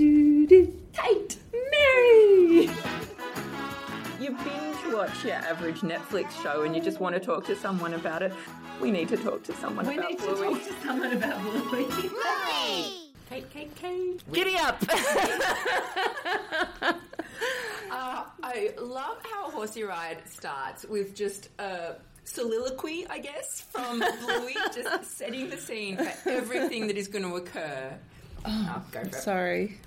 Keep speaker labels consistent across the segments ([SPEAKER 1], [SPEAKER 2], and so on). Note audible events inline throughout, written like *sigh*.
[SPEAKER 1] Kate Mary.
[SPEAKER 2] You binge watch your average Netflix show and you just want to talk to someone about it. We need to talk to someone
[SPEAKER 1] We
[SPEAKER 2] about
[SPEAKER 1] need to
[SPEAKER 2] Bluey.
[SPEAKER 1] talk to someone about Bluey. Kate, Kate, Kate.
[SPEAKER 3] Giddy up!
[SPEAKER 1] Uh, I love how a horsey ride starts with just a soliloquy, I guess,
[SPEAKER 2] *laughs*
[SPEAKER 1] from Bluey, just setting the scene for everything that is going to occur. Oh, go for it.
[SPEAKER 3] Sorry.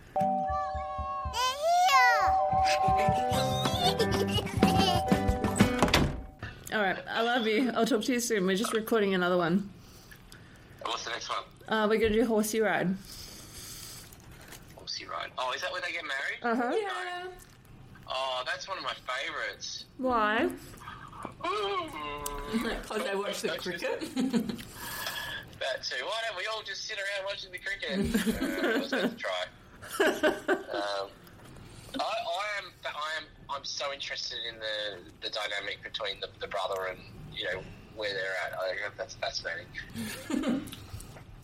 [SPEAKER 3] All right, I love you. I'll talk to you soon. We're just recording another one.
[SPEAKER 4] What's the next one?
[SPEAKER 3] Uh, we're gonna do horsey ride.
[SPEAKER 4] Horsey Ride. Oh, is that where they get married?
[SPEAKER 1] Uh. Yeah.
[SPEAKER 4] Oh, that's one of my
[SPEAKER 1] *laughs*
[SPEAKER 4] favourites.
[SPEAKER 3] Why?
[SPEAKER 4] Ooh.
[SPEAKER 1] Because I watch the cricket. *laughs*
[SPEAKER 4] that too. Why don't we all just sit around watching the
[SPEAKER 1] *laughs*
[SPEAKER 4] cricket? uh, let's give it a try. um, I, I am. I am. I'm so interested in the the dynamic between the, the brother and you know where they're at. I think
[SPEAKER 1] *laughs*
[SPEAKER 4] that's fascinating.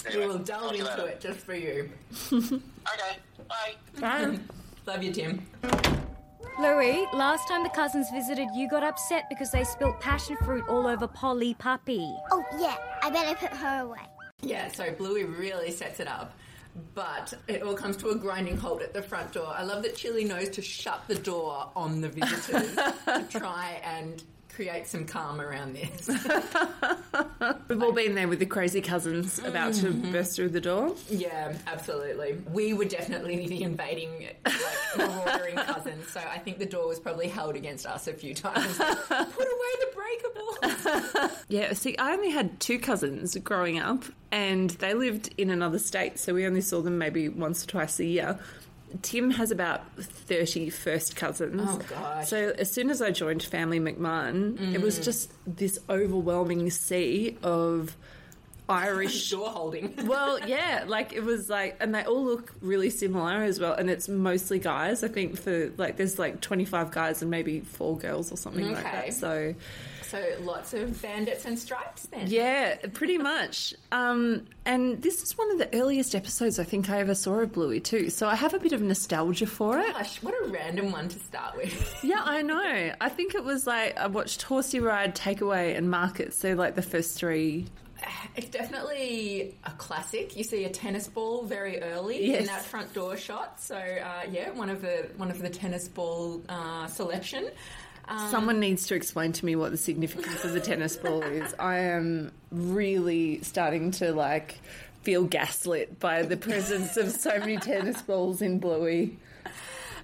[SPEAKER 1] We
[SPEAKER 4] Anyway,
[SPEAKER 1] will delve
[SPEAKER 4] talk to you
[SPEAKER 1] into
[SPEAKER 4] later.
[SPEAKER 1] it just for you.
[SPEAKER 4] Okay. Bye.
[SPEAKER 3] Bye.
[SPEAKER 1] Love you, Tim.
[SPEAKER 5] Louis, last time the cousins visited, you got upset because they spilt passion fruit all over Polly Puppy.
[SPEAKER 6] *laughs* Oh, yeah, I better put her away.
[SPEAKER 1] Yeah, so Bluey really sets it up. But it all comes to a grinding halt at the front door. I love that Chili knows to shut the door on the visitors to try and create some calm around this.
[SPEAKER 3] We've all been there with the crazy cousins about to burst through the door.
[SPEAKER 1] yeah, absolutely. We were definitely the invading, like, marauding cousins, so I think the door was probably held against us a few times. Put away the breakables!
[SPEAKER 3] Yeah, see, I only had two cousins growing up, and they lived in another state, so we only saw them maybe once or twice a year. Tim has about 30 first cousins.
[SPEAKER 1] Oh, gosh. Mm.
[SPEAKER 3] So as soon as I joined Family McMahon, it was just this overwhelming sea of
[SPEAKER 1] *laughs*
[SPEAKER 3] Irish.
[SPEAKER 1] *laughs* Door holding.
[SPEAKER 3] well, yeah, like it was like, and they all look really similar as well, and it's mostly guys. I think for like, there's like 25 guys and maybe four girls or something like
[SPEAKER 1] Okay.
[SPEAKER 3] that. So
[SPEAKER 1] So lots of bandits and stripes then.
[SPEAKER 3] yeah, pretty much. Um, and this is one of the earliest episodes I think I ever saw of Bluey too, so I have a bit of nostalgia for it.
[SPEAKER 1] Gosh, what a random one to start with.
[SPEAKER 3] Yeah, I know. I think it was like I watched Horsey Ride, Takeaway, and Market. So like the first three.
[SPEAKER 1] It's definitely a classic. You see a tennis ball very early in
[SPEAKER 3] Yes.
[SPEAKER 1] that front door shot. So uh, yeah, one of the one of the tennis ball uh, selection. Um,
[SPEAKER 3] Someone needs to explain to me what the significance of the tennis ball is. I am really starting to like feel gaslit by the presence of so many tennis balls in Bluey.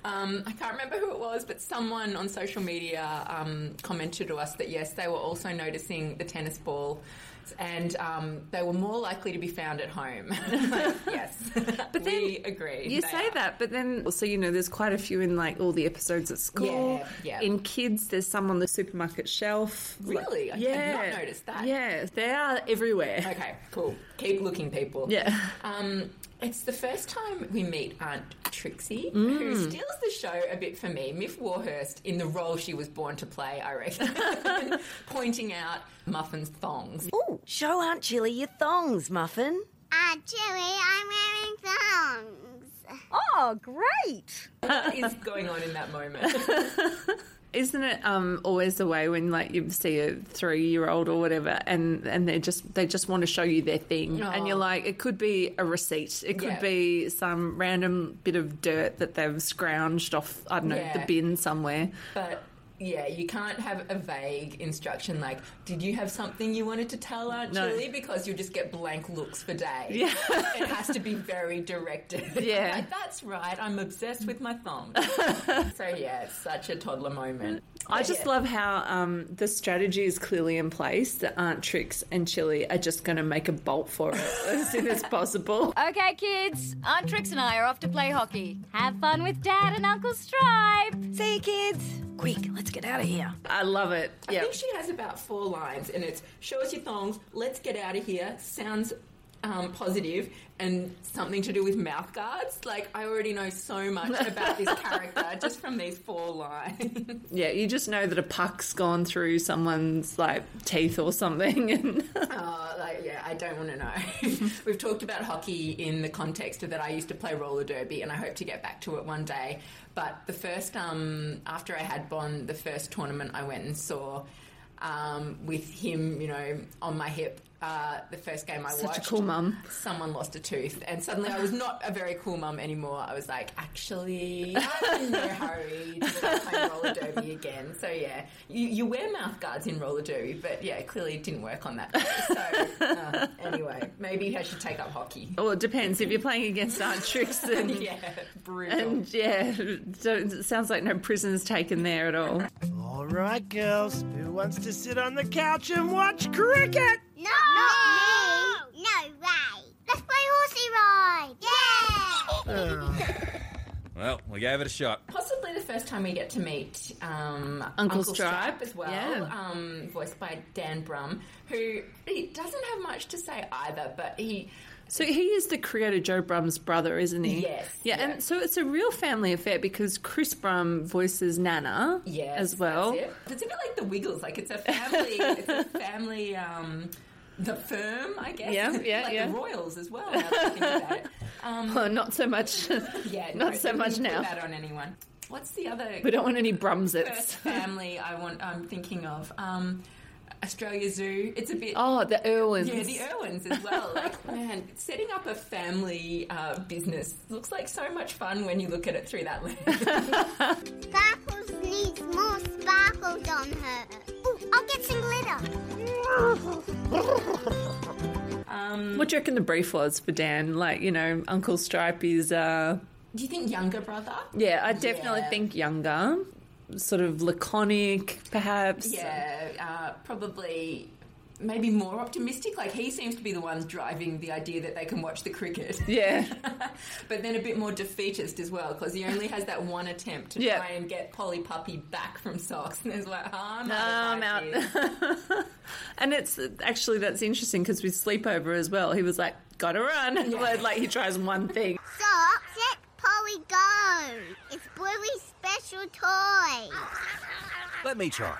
[SPEAKER 1] um, I can't remember who it was, but someone on social media um, commented to us that yes, they were also noticing the tennis ball. And um, they were more likely to be found at home. *laughs* Like, yes,
[SPEAKER 3] *laughs*
[SPEAKER 1] but
[SPEAKER 3] then
[SPEAKER 1] we agree.
[SPEAKER 3] You
[SPEAKER 1] They
[SPEAKER 3] say
[SPEAKER 1] are.
[SPEAKER 3] that, but then also, you know, there's quite a few in like all the episodes at school.
[SPEAKER 1] Yeah, yeah.
[SPEAKER 3] In kids, there's some on the supermarket shelf. Like-
[SPEAKER 1] Really? I had
[SPEAKER 3] yeah.
[SPEAKER 1] not noticed that.
[SPEAKER 3] Yeah, they are everywhere.
[SPEAKER 1] Okay, cool. Keep looking, people.
[SPEAKER 3] Yeah.
[SPEAKER 1] Um, it's the first time we meet Aunt Trixie, who
[SPEAKER 3] Mm.
[SPEAKER 1] steals the show a bit for me. Miff Warhurst in the role she was born to play, I
[SPEAKER 3] *laughs*
[SPEAKER 1] reckon, pointing out Muffin's thongs.
[SPEAKER 7] Ooh, show Aunt Chili your thongs, Muffin.
[SPEAKER 6] Actually, Ah, I'm wearing thongs.
[SPEAKER 7] Oh, great.
[SPEAKER 1] What is going on in that moment?
[SPEAKER 3] Isn't it um, always the way when like you see a three year old or whatever, and and they just they just want to show you their thing, and you're like, it could be a receipt, it could
[SPEAKER 1] Oh. Yeah.
[SPEAKER 3] be some random bit of dirt that they've scrounged off, I don't know, the
[SPEAKER 1] Yeah.
[SPEAKER 3] bin somewhere.
[SPEAKER 1] But yeah, you can't have a vague instruction like, "Did you have something you wanted to tell Aunt
[SPEAKER 3] No.
[SPEAKER 1] Chili?" Because you'll just get blank looks for days. it has to be very
[SPEAKER 3] *laughs*
[SPEAKER 1] directed.
[SPEAKER 3] Yeah.
[SPEAKER 1] Like, that's right. I'm obsessed with my
[SPEAKER 3] *laughs*
[SPEAKER 1] thumb. so yeah, it's such a toddler moment.
[SPEAKER 3] I
[SPEAKER 1] But
[SPEAKER 3] just
[SPEAKER 1] yeah,
[SPEAKER 3] love how um, the strategy is clearly in place that Aunt Trix and Chili are just going to make a bolt for it *laughs* as soon as possible.
[SPEAKER 5] Okay, kids, Aunt Trix and I are off to play hockey. Have fun with Dad and Uncle Stripe.
[SPEAKER 7] See you, kids. Quick, let's get out of here.
[SPEAKER 3] I love it.
[SPEAKER 1] I
[SPEAKER 3] Yeah.
[SPEAKER 1] think she has about four lines, and it's "Show us your thongs. Let's get out of here." Sounds um, positive and something to do with mouth guards. Like, I already know so much about *laughs* this character just from these four lines.
[SPEAKER 3] Yeah, you just know that a puck's gone through someone's like teeth or something. *laughs* And
[SPEAKER 1] *laughs* Uh, like, yeah, I don't want to know. *laughs* We've talked about hockey in the context of that I used to play roller derby, and I hope to get back to it one day. But the first, um, after I had Bond, the first tournament I went and saw um, with him, you know, on my hip. Uh, the first game I
[SPEAKER 3] Such a
[SPEAKER 1] watched,
[SPEAKER 3] cool mum.
[SPEAKER 1] Someone lost a tooth, and suddenly I was not a very cool mum anymore. I was like, actually, I'm in no hurry to start playing roller derby again. So yeah, you, you wear mouth guards in roller derby, but yeah, clearly it didn't work on that. day. So uh, anyway, maybe I should take up hockey.
[SPEAKER 3] well, it depends if you're playing against Aunt Trix and
[SPEAKER 1] *laughs* Yeah, brutal.
[SPEAKER 3] and yeah, so it sounds like no prisoners taken there at all.
[SPEAKER 8] All right, girls, who wants to sit on the couch and watch cricket?
[SPEAKER 6] No! Not me! No way! Let's play horsey ride! Yeah!
[SPEAKER 9] Well, we gave it a shot.
[SPEAKER 1] Possibly the first time we get to meet um,
[SPEAKER 3] Uncle Stripe,
[SPEAKER 1] as well,
[SPEAKER 3] yeah.
[SPEAKER 1] um, voiced by Dan Brum, who he doesn't have much to say either, but he
[SPEAKER 3] So he is the creator Joe Brum's brother, isn't he?
[SPEAKER 1] Yes,
[SPEAKER 3] Yeah,
[SPEAKER 1] yeah.
[SPEAKER 3] and so it's a real family affair because Chris Brum voices Nana
[SPEAKER 1] Yes,
[SPEAKER 3] as well.
[SPEAKER 1] that's it. It's a bit like the Wiggles. Like it's a family. it's a
[SPEAKER 3] *laughs*
[SPEAKER 1] family. Um, the firm, I guess.
[SPEAKER 3] Yeah, yeah,
[SPEAKER 1] like
[SPEAKER 3] yeah.
[SPEAKER 1] the Royals as well. Now that I think
[SPEAKER 3] *laughs*
[SPEAKER 1] about it. Um,
[SPEAKER 3] Well, not so much.
[SPEAKER 1] *laughs*
[SPEAKER 3] *laughs*
[SPEAKER 1] yeah,
[SPEAKER 3] not
[SPEAKER 1] no,
[SPEAKER 3] so
[SPEAKER 1] don't
[SPEAKER 3] much
[SPEAKER 1] put
[SPEAKER 3] now.
[SPEAKER 1] That on anyone. What's the other
[SPEAKER 3] We don't want any Brumsets.
[SPEAKER 1] *laughs* first *laughs* family I want? I'm thinking of um, Australia Zoo. It's a bit.
[SPEAKER 3] Oh, the Irwins.
[SPEAKER 1] Yeah, the Irwins as
[SPEAKER 3] *laughs*
[SPEAKER 1] well. Like, man, setting up a family uh, business looks like so much fun when you look at it through that lens.
[SPEAKER 3] *laughs*
[SPEAKER 6] Sparkles needs more sparkles on her. Ooh, I'll get some glitter.
[SPEAKER 3] What do you reckon the brief was for Dan? Like, you know, Uncle Stripe is, uh,
[SPEAKER 1] Do you think younger brother?
[SPEAKER 3] yeah, I definitely
[SPEAKER 1] Yeah.
[SPEAKER 3] think younger, sort of laconic, perhaps.
[SPEAKER 1] Yeah, uh, probably maybe more optimistic. Like he seems to be the one driving the idea that they can watch the cricket.
[SPEAKER 3] *laughs* Yeah.
[SPEAKER 1] *laughs* but then a bit more defeatist as well because he only has that one attempt to
[SPEAKER 3] Yeah.
[SPEAKER 1] try and get Polly Puppy back from socks, and it's like, oh, I'm
[SPEAKER 3] Um, out.
[SPEAKER 1] out.
[SPEAKER 3] *laughs*
[SPEAKER 1] of ideas."
[SPEAKER 3] and it's actually that's interesting because with sleepover as well, he was like, "Gotta run!" *laughs* Like- like he tries one thing.
[SPEAKER 6] Socks, let Polly go. It's Bluey's special toy.
[SPEAKER 8] Let me try.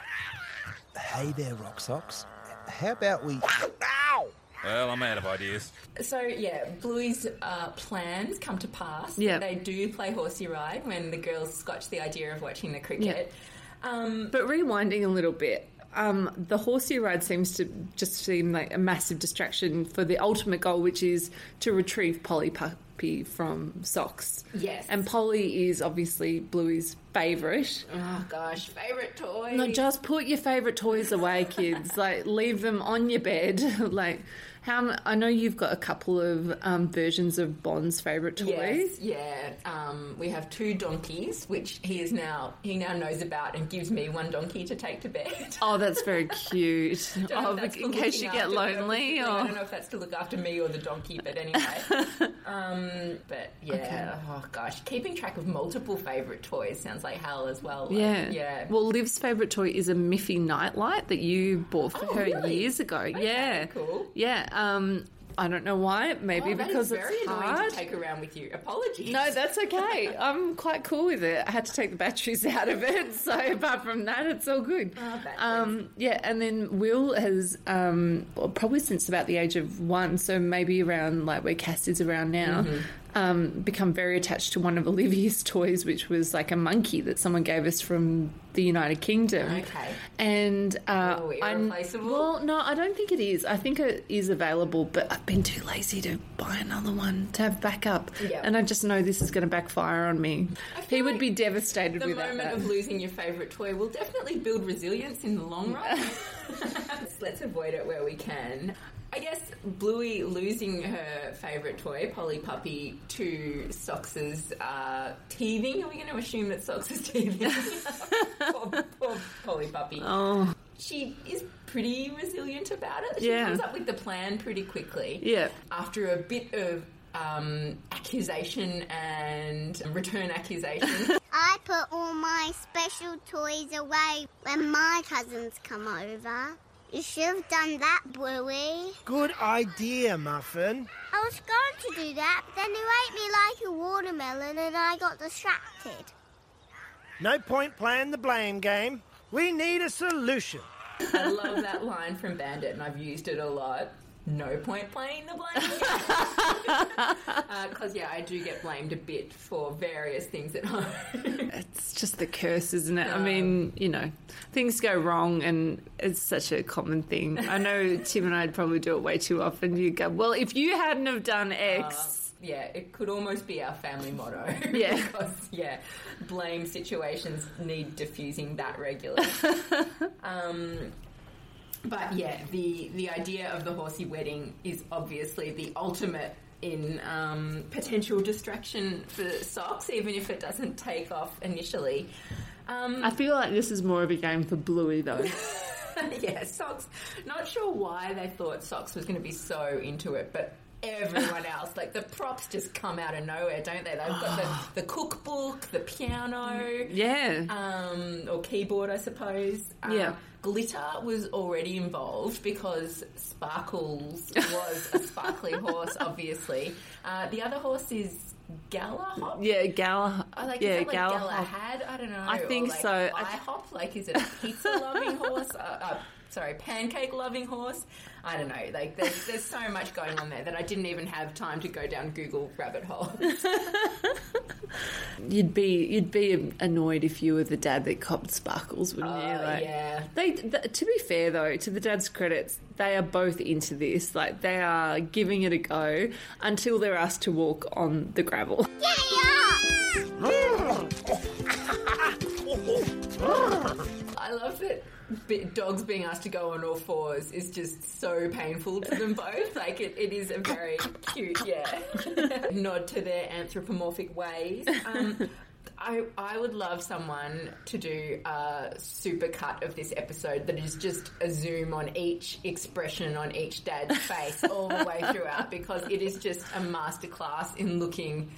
[SPEAKER 8] Hey there, Rock Socks. How about we. Ow!
[SPEAKER 9] Well, I'm out of ideas.
[SPEAKER 1] So yeah, Bluey's uh, plans come to pass.
[SPEAKER 3] Yeah.
[SPEAKER 1] they do play horsey ride when the girls scotch the idea of watching the cricket. Um,
[SPEAKER 3] But rewinding a little bit, um, the horsey ride seems to just seem like a massive distraction for the ultimate goal, which is to retrieve Polly Puppy from socks.
[SPEAKER 1] Yes.
[SPEAKER 3] and Polly is obviously Bluey's favourite.
[SPEAKER 1] oh gosh, favorite toy.
[SPEAKER 3] Not just put your favourite toys away, *laughs* kids. like leave them on your bed. *laughs* like how m- I know you've got a couple of um, versions of Bond's favourite toys.
[SPEAKER 1] Yes, yeah. Um, we have two donkeys, which he is now he now knows about and gives me one donkey to take to bed. *laughs*
[SPEAKER 3] Oh, that's very *laughs* cute.
[SPEAKER 1] Don't know
[SPEAKER 3] oh,
[SPEAKER 1] if that's
[SPEAKER 3] but in
[SPEAKER 1] for
[SPEAKER 3] case
[SPEAKER 1] looking
[SPEAKER 3] you get
[SPEAKER 1] after her
[SPEAKER 3] lonely, oh.
[SPEAKER 1] particularly. I
[SPEAKER 3] or
[SPEAKER 1] don't know if that's to look after me or the donkey, but anyway.
[SPEAKER 3] *laughs*
[SPEAKER 1] um, but yeah, oh gosh, keeping track of multiple favorite toys sounds like hell as well. Like,
[SPEAKER 3] yeah,
[SPEAKER 1] yeah.
[SPEAKER 3] Well, Liv's favourite toy is a Miffy nightlight that you bought for
[SPEAKER 1] Oh,
[SPEAKER 3] her
[SPEAKER 1] really?
[SPEAKER 3] years ago. yeah,
[SPEAKER 1] cool.
[SPEAKER 3] Yeah, um, I don't know why. Maybe
[SPEAKER 1] Oh, that
[SPEAKER 3] because
[SPEAKER 1] is very
[SPEAKER 3] it's
[SPEAKER 1] annoying
[SPEAKER 3] hard.
[SPEAKER 1] to take around with you. *laughs* Apologies.
[SPEAKER 3] No, that's okay. I'm quite cool with it. I had to take the batteries *laughs* out of it, so apart from that, it's all good.
[SPEAKER 1] Oh, batteries.
[SPEAKER 3] um, yeah, and then Will has um, well, probably since about the age of one, so maybe around like where Cass is around now,
[SPEAKER 1] Mm-hmm.
[SPEAKER 3] um, become very attached to one of Olivia's toys, which was like a monkey that someone gave us from the United Kingdom.
[SPEAKER 1] Okay.
[SPEAKER 3] and uh,
[SPEAKER 1] Oh,
[SPEAKER 3] I'm-
[SPEAKER 1] irreplaceable?
[SPEAKER 3] well, no, I don't think it is. I think it is available, but I've been too lazy to buy another one to have backup.
[SPEAKER 1] Yeah.
[SPEAKER 3] And I just know this is going to backfire on me.
[SPEAKER 1] feel
[SPEAKER 3] He would
[SPEAKER 1] like
[SPEAKER 3] be devastated
[SPEAKER 1] the
[SPEAKER 3] without
[SPEAKER 1] moment
[SPEAKER 3] that.
[SPEAKER 1] of losing your favourite toy will definitely build resilience in the
[SPEAKER 3] *laughs*
[SPEAKER 1] long run. *laughs* Let's avoid it where we can. I guess Bluey losing her favourite toy, Polly Puppy, to Socks's uh, teething. Are we going to assume that Socks is
[SPEAKER 3] *laughs*
[SPEAKER 1] teething? *laughs* poor, poor Polly Puppy.
[SPEAKER 3] Oh.
[SPEAKER 1] She is pretty resilient about it. She
[SPEAKER 3] Yeah.
[SPEAKER 1] comes up with the plan pretty quickly
[SPEAKER 3] Yeah.
[SPEAKER 1] after a bit of um, accusation and return accusation,
[SPEAKER 6] I put all my special toys away when my cousins come over. You should have done that, Bluey.
[SPEAKER 10] Good idea, Muffin.
[SPEAKER 6] I was going to do that, but then you ate me like a watermelon and I got distracted.
[SPEAKER 10] No point playing the blame game. We need a solution.
[SPEAKER 1] I love that line from Bandit, and I've used it a lot. No point playing the blame. Because, yeah, I do get blamed a bit for various things at home.
[SPEAKER 3] It's just the curse, isn't it? I mean, you know, things go wrong, and it's such a common thing.
[SPEAKER 1] *laughs*
[SPEAKER 3] I know Tim and I'd probably do it way too often. You go, well, if you hadn't have done
[SPEAKER 1] Uh.
[SPEAKER 3] X,
[SPEAKER 1] yeah, it could almost be our family motto. *laughs*
[SPEAKER 3] Yeah.
[SPEAKER 1] because, yeah, blame situations need diffusing that regularly. um, but yeah, the the idea of the horsey wedding is obviously the ultimate in um, potential distraction for socks, even if it doesn't take off initially. Um,
[SPEAKER 3] I feel like this is more of a game for Bluey though.
[SPEAKER 1] *laughs* yeah, socks. Not sure why they thought socks was going to be so into it, but
[SPEAKER 3] *laughs*
[SPEAKER 1] everyone else, like the props, just come out of nowhere, don't they? They've got
[SPEAKER 3] *gasps*
[SPEAKER 1] the, the cookbook, the piano,
[SPEAKER 3] yeah,
[SPEAKER 1] um, or keyboard, I suppose. Um,
[SPEAKER 3] Yeah.
[SPEAKER 1] Glitter was already involved because
[SPEAKER 3] *laughs*
[SPEAKER 1] Sparkles was a sparkly horse, obviously. Uh, the other horse is Galahop.
[SPEAKER 3] yeah, Gala.
[SPEAKER 1] I like,
[SPEAKER 3] yeah,
[SPEAKER 1] is that like
[SPEAKER 3] Gala-
[SPEAKER 1] Galahad? I don't know.
[SPEAKER 3] I think
[SPEAKER 1] or like
[SPEAKER 3] so. I-
[SPEAKER 1] IHOP? Like, is it a pizza loving horse? Uh, uh, sorry, pancake loving horse? I don't know. Like, there's, there's so much going on there that I didn't even have time to go down Google rabbit
[SPEAKER 3] *laughs*
[SPEAKER 1] hole.
[SPEAKER 3] You'd be you'd be annoyed if you were the dad that copped sparkles, wouldn't you? Like,
[SPEAKER 1] yeah.
[SPEAKER 3] They th- to be fair though, to the dad's credits, they are both into this. Like they are giving it a go until they're asked to walk on the gravel.
[SPEAKER 6] Yeah, you are!
[SPEAKER 1] I love that b- dogs being asked to go on all fours is just so painful to them both. Like, it, it is a very cute, yeah, *laughs* nod to their anthropomorphic ways. Um, I, I would love someone to do a super cut of this episode that is just a zoom on each expression on each dad's face all the way throughout because it is just a masterclass in looking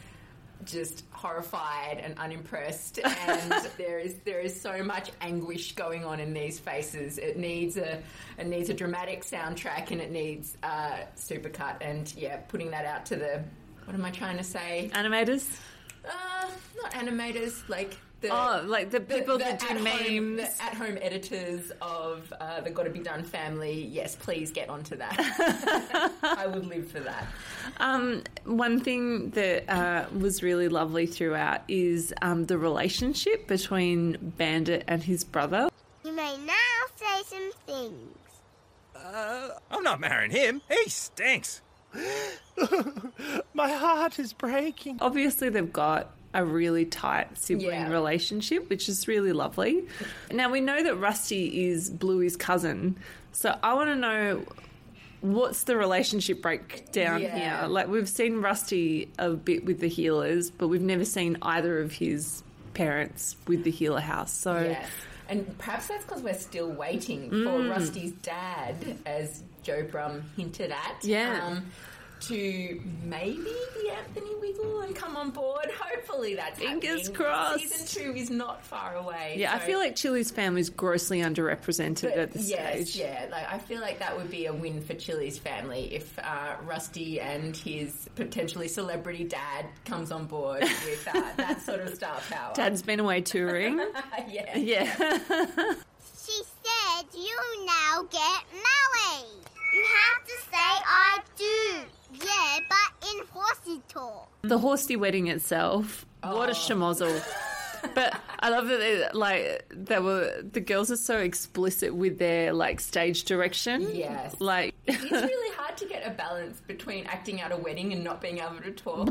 [SPEAKER 1] just horrified and unimpressed
[SPEAKER 3] *laughs*
[SPEAKER 1] and there is there is so much anguish going on in these faces it needs a it needs a dramatic soundtrack and it needs uh supercut and yeah putting that out to the what am i trying to say
[SPEAKER 3] Animators,
[SPEAKER 1] uh not animators like the
[SPEAKER 3] oh, like the people that do
[SPEAKER 1] at-home-
[SPEAKER 3] memes.
[SPEAKER 1] the at-home editors of uh, the Gotta Be Done family. Yes, please get onto that.
[SPEAKER 3] *laughs*
[SPEAKER 1] I would live for that.
[SPEAKER 3] Um, one thing that uh, was really lovely throughout is um, the relationship between Bandit and his brother.
[SPEAKER 6] You may now say some things.
[SPEAKER 9] I'm not marrying him. He stinks.
[SPEAKER 10] My heart is breaking.
[SPEAKER 3] Obviously, they've got a really tight sibling
[SPEAKER 1] Yeah.
[SPEAKER 3] relationship, which is really lovely. Now, we know that Rusty is Bluey's cousin, so I want to know what's the relationship breakdown
[SPEAKER 1] Yeah.
[SPEAKER 3] here? Like, we've seen Rusty a bit with the healers, but we've never seen either of his parents with the healer house. So.
[SPEAKER 1] Yes. And perhaps that's because we're still waiting
[SPEAKER 3] Mm.
[SPEAKER 1] for Rusty's dad, as Joe Brum hinted at. um,
[SPEAKER 3] Yeah.
[SPEAKER 1] to maybe be Anthony Wiggle and come on board. Hopefully that's
[SPEAKER 3] Fingers
[SPEAKER 1] happening.
[SPEAKER 3] crossed.
[SPEAKER 1] Season two is not far away.
[SPEAKER 3] Yeah, I
[SPEAKER 1] so-
[SPEAKER 3] feel like Chili's family's grossly underrepresented
[SPEAKER 1] but
[SPEAKER 3] at this
[SPEAKER 1] yes,
[SPEAKER 3] stage.
[SPEAKER 1] yeah. Like I feel like that would be a win for Chili's family if uh, Rusty and his potentially celebrity dad comes on board with uh, that sort of star power.
[SPEAKER 3] Dad's been away touring.
[SPEAKER 1] *laughs* yeah.
[SPEAKER 3] yeah.
[SPEAKER 6] She said you now get married. You have to say I do. Yeah, but in horsey talk.
[SPEAKER 3] the horsey wedding itself.
[SPEAKER 1] Oh.
[SPEAKER 3] What a schmozzle. but I love that they, like they were the girls are so explicit with their like stage direction.
[SPEAKER 1] Yes.
[SPEAKER 3] Like *laughs*
[SPEAKER 1] It's really hard to get a balance between acting out a wedding and not being able to talk.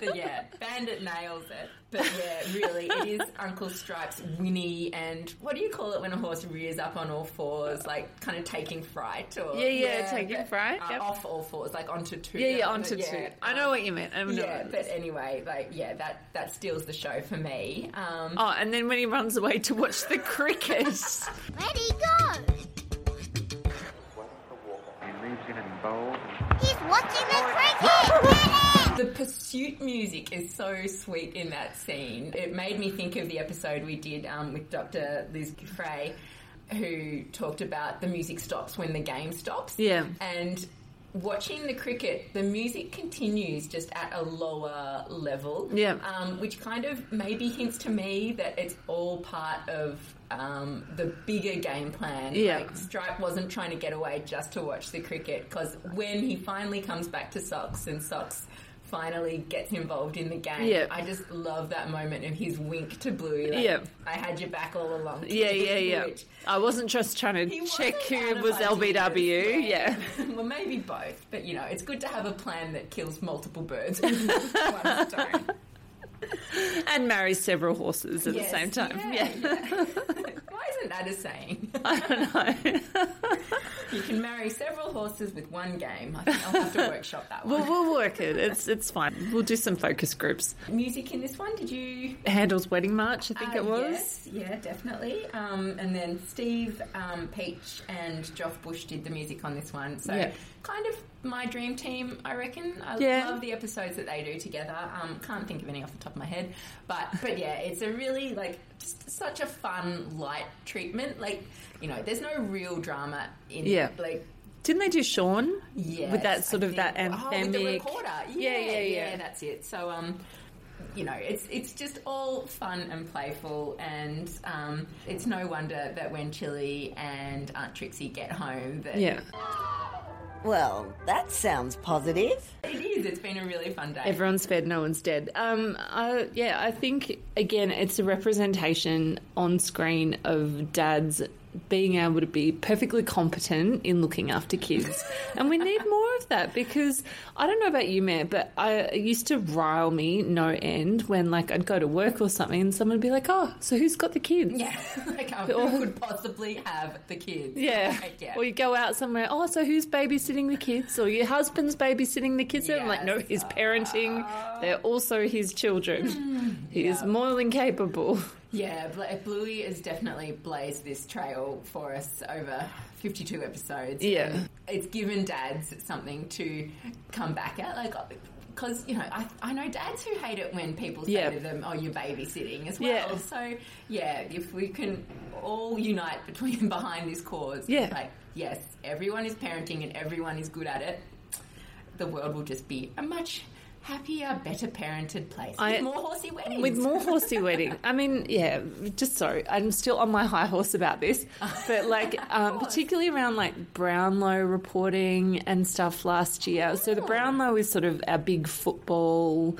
[SPEAKER 3] *laughs*
[SPEAKER 1] yeah, Bandit nails it. But yeah, really, it is Uncle Stripes Winnie and what do you call it when a horse rears up on all fours, like kind of taking fright or
[SPEAKER 3] Yeah, yeah, taking fright,
[SPEAKER 1] uh,
[SPEAKER 3] yep.
[SPEAKER 1] off all fours, like onto two.
[SPEAKER 3] yeah, yeah,
[SPEAKER 1] uh,
[SPEAKER 3] onto two. I know what you meant. I know
[SPEAKER 1] Yeah,
[SPEAKER 3] what you
[SPEAKER 1] but
[SPEAKER 3] meant.
[SPEAKER 1] anyway, like yeah, that that steals the show for me. Um,
[SPEAKER 3] Oh, and then when he runs away to watch the
[SPEAKER 1] *laughs*
[SPEAKER 3] cricket.
[SPEAKER 6] Ready, go. He's watching the cricket. Get it!
[SPEAKER 1] The pursuit music is so sweet in that scene. It made me think of the episode we did um, with Dr. Liz Giffray, who talked about the music stops when the game stops.
[SPEAKER 3] Yeah.
[SPEAKER 1] And watching the cricket, the music continues just at a lower level.
[SPEAKER 3] Yeah.
[SPEAKER 1] Um, which kind of maybe hints to me that it's all part of um, the bigger game plan.
[SPEAKER 3] Yeah.
[SPEAKER 1] Like Stripe wasn't trying to get away just to watch the cricket because when he finally comes back to Socks and Socks finally gets involved in the game,
[SPEAKER 3] Yeah.
[SPEAKER 1] I just love that moment of his wink to Bluey. Like,
[SPEAKER 3] Yeah.
[SPEAKER 1] I had your back all along.
[SPEAKER 3] Yeah,
[SPEAKER 1] *laughs*
[SPEAKER 3] yeah, yeah.
[SPEAKER 1] Which
[SPEAKER 3] I wasn't just trying to check
[SPEAKER 1] out
[SPEAKER 3] who
[SPEAKER 1] of
[SPEAKER 3] was
[SPEAKER 1] ideas,
[SPEAKER 3] LBW. Yeah.
[SPEAKER 1] *laughs* well, maybe both, but you know, it's good to have a plan that kills multiple
[SPEAKER 3] *laughs*
[SPEAKER 1] birds with one stone.
[SPEAKER 3] And marry several horses at
[SPEAKER 1] Yes,
[SPEAKER 3] the same time.
[SPEAKER 1] yeah,
[SPEAKER 3] Yeah.
[SPEAKER 1] yeah.
[SPEAKER 3] *laughs*
[SPEAKER 1] Why isn't that a saying? I don't know. you can marry several horses with one game. I think I'll have
[SPEAKER 3] *laughs*
[SPEAKER 1] to workshop that one.
[SPEAKER 3] Well, we'll work it. It's it's fine. We'll do some focus groups.
[SPEAKER 1] Music in this one, did you?
[SPEAKER 3] Handel's wedding march, I think
[SPEAKER 1] Uh,
[SPEAKER 3] it was.
[SPEAKER 1] Yes, yeah, definitely. Um, and then Steve, um, Peach, and Joff Bush did the music on this one. So
[SPEAKER 3] Yeah.
[SPEAKER 1] kind of my dream team, I reckon. I
[SPEAKER 3] Yeah.
[SPEAKER 1] love the episodes that they do together. Um, can't think of any off the top of my head, but but yeah, it's a really like just such a fun light treatment. Like you know, there's no real drama in
[SPEAKER 3] Yeah.
[SPEAKER 1] like.
[SPEAKER 3] Didn't they do Sean?
[SPEAKER 1] Yes,
[SPEAKER 3] With
[SPEAKER 1] I
[SPEAKER 3] that sort of that
[SPEAKER 1] think- Oh, with the
[SPEAKER 3] anthemic.
[SPEAKER 1] recorder.
[SPEAKER 3] Yeah,
[SPEAKER 1] Yeah,
[SPEAKER 3] yeah,
[SPEAKER 1] yeah,
[SPEAKER 3] yeah.
[SPEAKER 1] That's it. So, um, you know, it's it's just all fun and playful, and um, it's no wonder that when Chili and Aunt Trixie get home, that
[SPEAKER 3] yeah.
[SPEAKER 7] Well, that sounds positive.
[SPEAKER 1] it is. It's been a really fun day.
[SPEAKER 3] Everyone's fed, no one's dead. Um, I, yeah, I think again, it's a representation on screen of dads being able to be perfectly competent in looking after
[SPEAKER 1] *laughs*
[SPEAKER 3] kids, and we need more of that because I don't know about you, Matt, but I it used to rile me no end when like I'd go to work or something, and someone would be like, "Oh, so who's got the kids?"
[SPEAKER 1] yeah, *laughs* like um, who could possibly have the kids?
[SPEAKER 3] Yeah.
[SPEAKER 1] Like, *laughs* yeah.
[SPEAKER 3] Or you go out somewhere, oh, so who's babysitting the kids? Or your husband's babysitting the kids? And I'm like, no, he's parenting. They're also his
[SPEAKER 1] Hmm.
[SPEAKER 3] children. He is more than capable.
[SPEAKER 1] Yeah, Bla- Bluey has definitely blazed this trail for us over 52 episodes.
[SPEAKER 3] Yeah.
[SPEAKER 1] And It's given dads something to come back at. Like, because, you know, I, I know dads who hate it when people say
[SPEAKER 3] Yeah.
[SPEAKER 1] to them, oh, you're babysitting as well.
[SPEAKER 3] Yeah.
[SPEAKER 1] So, yeah, if we can all unite between behind this cause,
[SPEAKER 3] Yeah.
[SPEAKER 1] like, yes, everyone is parenting and everyone is good at it, the world will just be a much happier, better parented place.
[SPEAKER 3] I-
[SPEAKER 1] with more horsey weddings.
[SPEAKER 3] With
[SPEAKER 1] *laughs*
[SPEAKER 3] more horsey wedding. I mean, yeah, just sorry. I'm still on my high horse about this. But,
[SPEAKER 1] *laughs*
[SPEAKER 3] like, um, particularly around, like, Brownlow reporting and stuff last year. So, the
[SPEAKER 1] Oh.
[SPEAKER 3] Brownlow is sort of our big football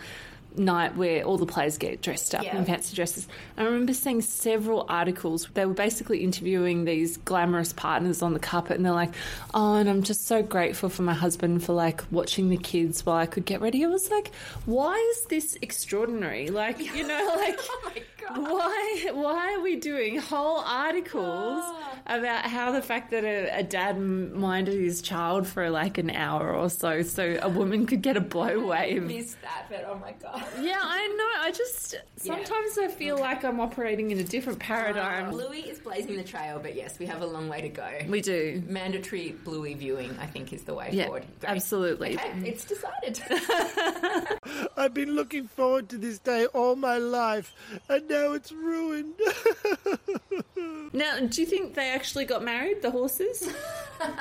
[SPEAKER 3] night where all the players get dressed up in
[SPEAKER 1] Yeah.
[SPEAKER 3] fancy dresses. I remember seeing several articles. They were basically interviewing these glamorous partners on the carpet, and they're like, "Oh, and I'm just so grateful for my husband for like watching the kids while I could get ready." I was like, "Why is this extraordinary? Like, you know, like." Why? Why are we doing whole articles about how the fact that a, a dad m- minded his child for like an hour or so, so a woman could get a blow wave?
[SPEAKER 1] Miss that, but oh my god.
[SPEAKER 3] Yeah, I know. I just sometimes I feel like I'm operating in a different paradigm.
[SPEAKER 1] Bluey is blazing the trail, but yes, we have a long way to go.
[SPEAKER 3] we do.
[SPEAKER 1] Mandatory Bluey viewing, I think, is the way
[SPEAKER 3] Yeah, Mm.
[SPEAKER 1] forward. Great.
[SPEAKER 3] absolutely.
[SPEAKER 1] Okay,
[SPEAKER 3] *laughs*
[SPEAKER 1] it's decided. Oh,
[SPEAKER 10] I've been looking forward to this day all my life, and now it's ruined. *laughs*
[SPEAKER 3] Now, do you think they actually got married, the horses?
[SPEAKER 1] oh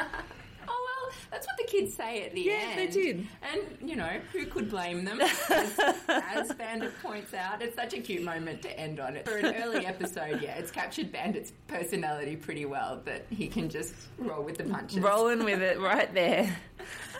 [SPEAKER 1] well, that's what the kids say at the
[SPEAKER 3] Yeah,
[SPEAKER 1] end.
[SPEAKER 3] they did.
[SPEAKER 1] And you know, who could blame
[SPEAKER 3] *laughs*
[SPEAKER 1] them? as, as Bandit points out, it's such a cute moment to end on. It for an
[SPEAKER 3] *laughs*
[SPEAKER 1] early episode, yeah, it's captured Bandit's personality pretty well that he can just roll with the punches.
[SPEAKER 3] Rolling with it right there.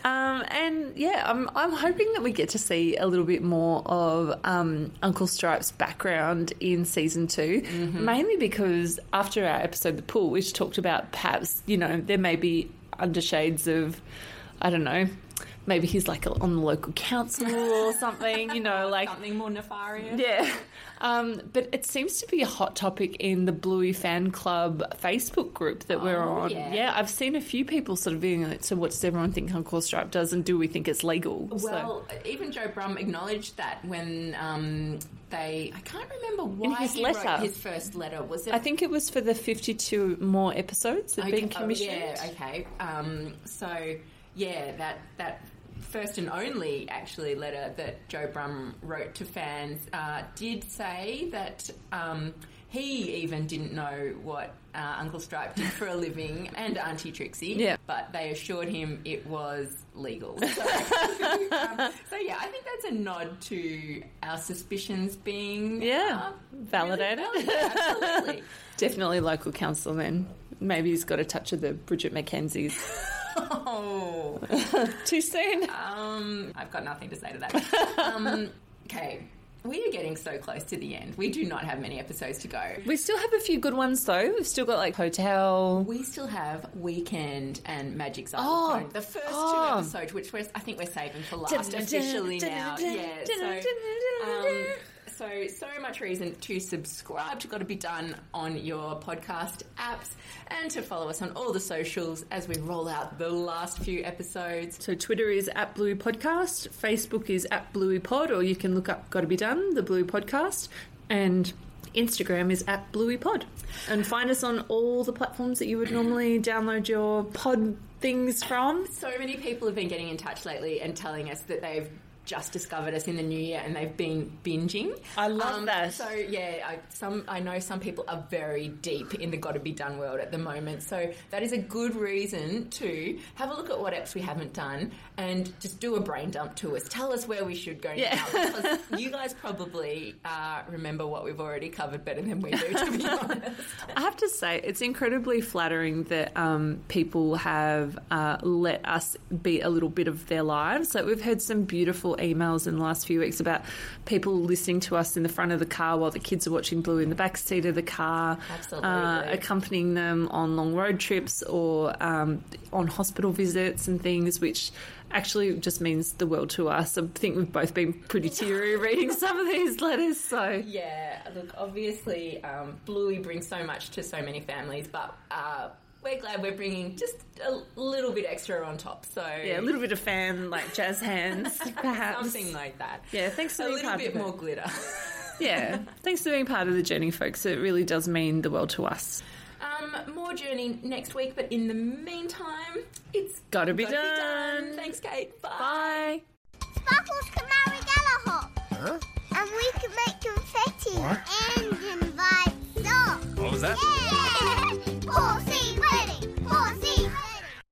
[SPEAKER 3] Um, and yeah, I'm, I'm hoping that we get to see a little bit more of um, Uncle Stripe's background in season 2 mainly because after our episode, The Pool, which talked about perhaps, you know, there may be undershades of, I don't know, maybe he's like on the local council or something, you know, like
[SPEAKER 1] Something more nefarious.
[SPEAKER 3] Yeah. *laughs* Um, but it seems to be a hot topic in the Bluey fan club Facebook group that we're on.
[SPEAKER 1] Oh, yeah.
[SPEAKER 3] I've seen a few people sort of being like, so what does everyone think Uncle Stripe does and do we think it's legal?
[SPEAKER 1] Well, even Joe Brum acknowledged that when um, they, I can't remember why
[SPEAKER 3] his
[SPEAKER 1] he
[SPEAKER 3] letter.
[SPEAKER 1] wrote his first letter. Was it?
[SPEAKER 3] so I think it was for the 52 more episodes that have been
[SPEAKER 1] Okay, oh,
[SPEAKER 3] commissioned.
[SPEAKER 1] yeah. Okay. Um, so yeah, that that first and only actually letter that Joe Brum wrote to fans uh, did say that. Um, He even didn't know what uh, Uncle Stripe did for a living and Auntie Trixie.
[SPEAKER 2] Yeah.
[SPEAKER 1] But they assured him it was
[SPEAKER 3] *laughs*
[SPEAKER 1] legal. So, um, so yeah, I think that's a nod to our suspicions being uh,
[SPEAKER 3] Yeah. Validated. *laughs*
[SPEAKER 1] *laughs* absolutely.
[SPEAKER 3] Definitely local council then. Maybe he's got a touch of the Bridget
[SPEAKER 1] *laughs*
[SPEAKER 3] McKenzie's. *laughs*
[SPEAKER 1] Oh.
[SPEAKER 3] Too soon.
[SPEAKER 1] Um, I've got nothing to say to that. *laughs* Um, okay. We are getting so close to the end. We do not have many episodes to go.
[SPEAKER 3] We still have a few good ones though. We've still got like hotel.
[SPEAKER 1] We still have Weekend and Magic
[SPEAKER 3] Oh.
[SPEAKER 1] Xylophone. the first
[SPEAKER 3] Oh.
[SPEAKER 1] two episodes, which we're, I think we're saving for last officially now. Yeah. So, um, so, so much reason to subscribe to Got to Be Done on your podcast apps and to follow us on all the socials as we roll out the last few episodes.
[SPEAKER 3] So Twitter is at Bluey Podcast, Facebook is at Bluey Pod, or you can look up Gotta Be Done, the Bluey Podcast, and Instagram is at Bluey Pod. And find us on all the platforms that you would normally download your pod things from.
[SPEAKER 1] So many people have been getting in touch lately and telling us that they've just discovered us in the new year and they've been binging. Um,
[SPEAKER 3] I love that.
[SPEAKER 1] So yeah, I, some I know some people are very deep in the got to be done world at the moment. So that is a good reason to have a look at what apps we haven't done and just do a brain dump to us. Tell us where we should go
[SPEAKER 3] Yeah.
[SPEAKER 1] now. Because you guys probably uh, remember what we've already covered better than we do.
[SPEAKER 3] *laughs*
[SPEAKER 1] To be honest,
[SPEAKER 3] I have to say, it's incredibly flattering that um, people have uh, let us be a little bit of their lives. Like, we've heard some beautiful emails in the last few weeks about people listening to us in the front of the car while the kids are watching Blue in the back seat of the car,
[SPEAKER 1] Absolutely.
[SPEAKER 3] uh, accompanying them on long road trips or um, on hospital visits and things, which actually just means the world to us. I think we've both been pretty teary reading some of these letters, so.
[SPEAKER 1] Yeah, look, obviously, um, Bluey brings so much to so many families, but uh, we're glad we're bringing just a little bit extra on top. So
[SPEAKER 3] Yeah, a
[SPEAKER 1] *laughs*
[SPEAKER 3] little bit of fan, like jazz hands, perhaps.
[SPEAKER 1] something like that.
[SPEAKER 3] Yeah, thanks for
[SPEAKER 1] a
[SPEAKER 3] being
[SPEAKER 1] little
[SPEAKER 3] part
[SPEAKER 1] bit
[SPEAKER 3] of it.
[SPEAKER 1] more glitter.
[SPEAKER 3] *laughs* yeah, thanks for being part of the journey, folks. It really does mean the world to us.
[SPEAKER 1] Um, more journey next week, but in the meantime, it's
[SPEAKER 3] Gotta be,
[SPEAKER 1] gotta
[SPEAKER 3] done.
[SPEAKER 1] Thanks, Kate.
[SPEAKER 3] Bye.
[SPEAKER 6] Sparkles can marry Galahop. And we can make confetti and invite dogs.
[SPEAKER 9] What was that?
[SPEAKER 6] Yeah.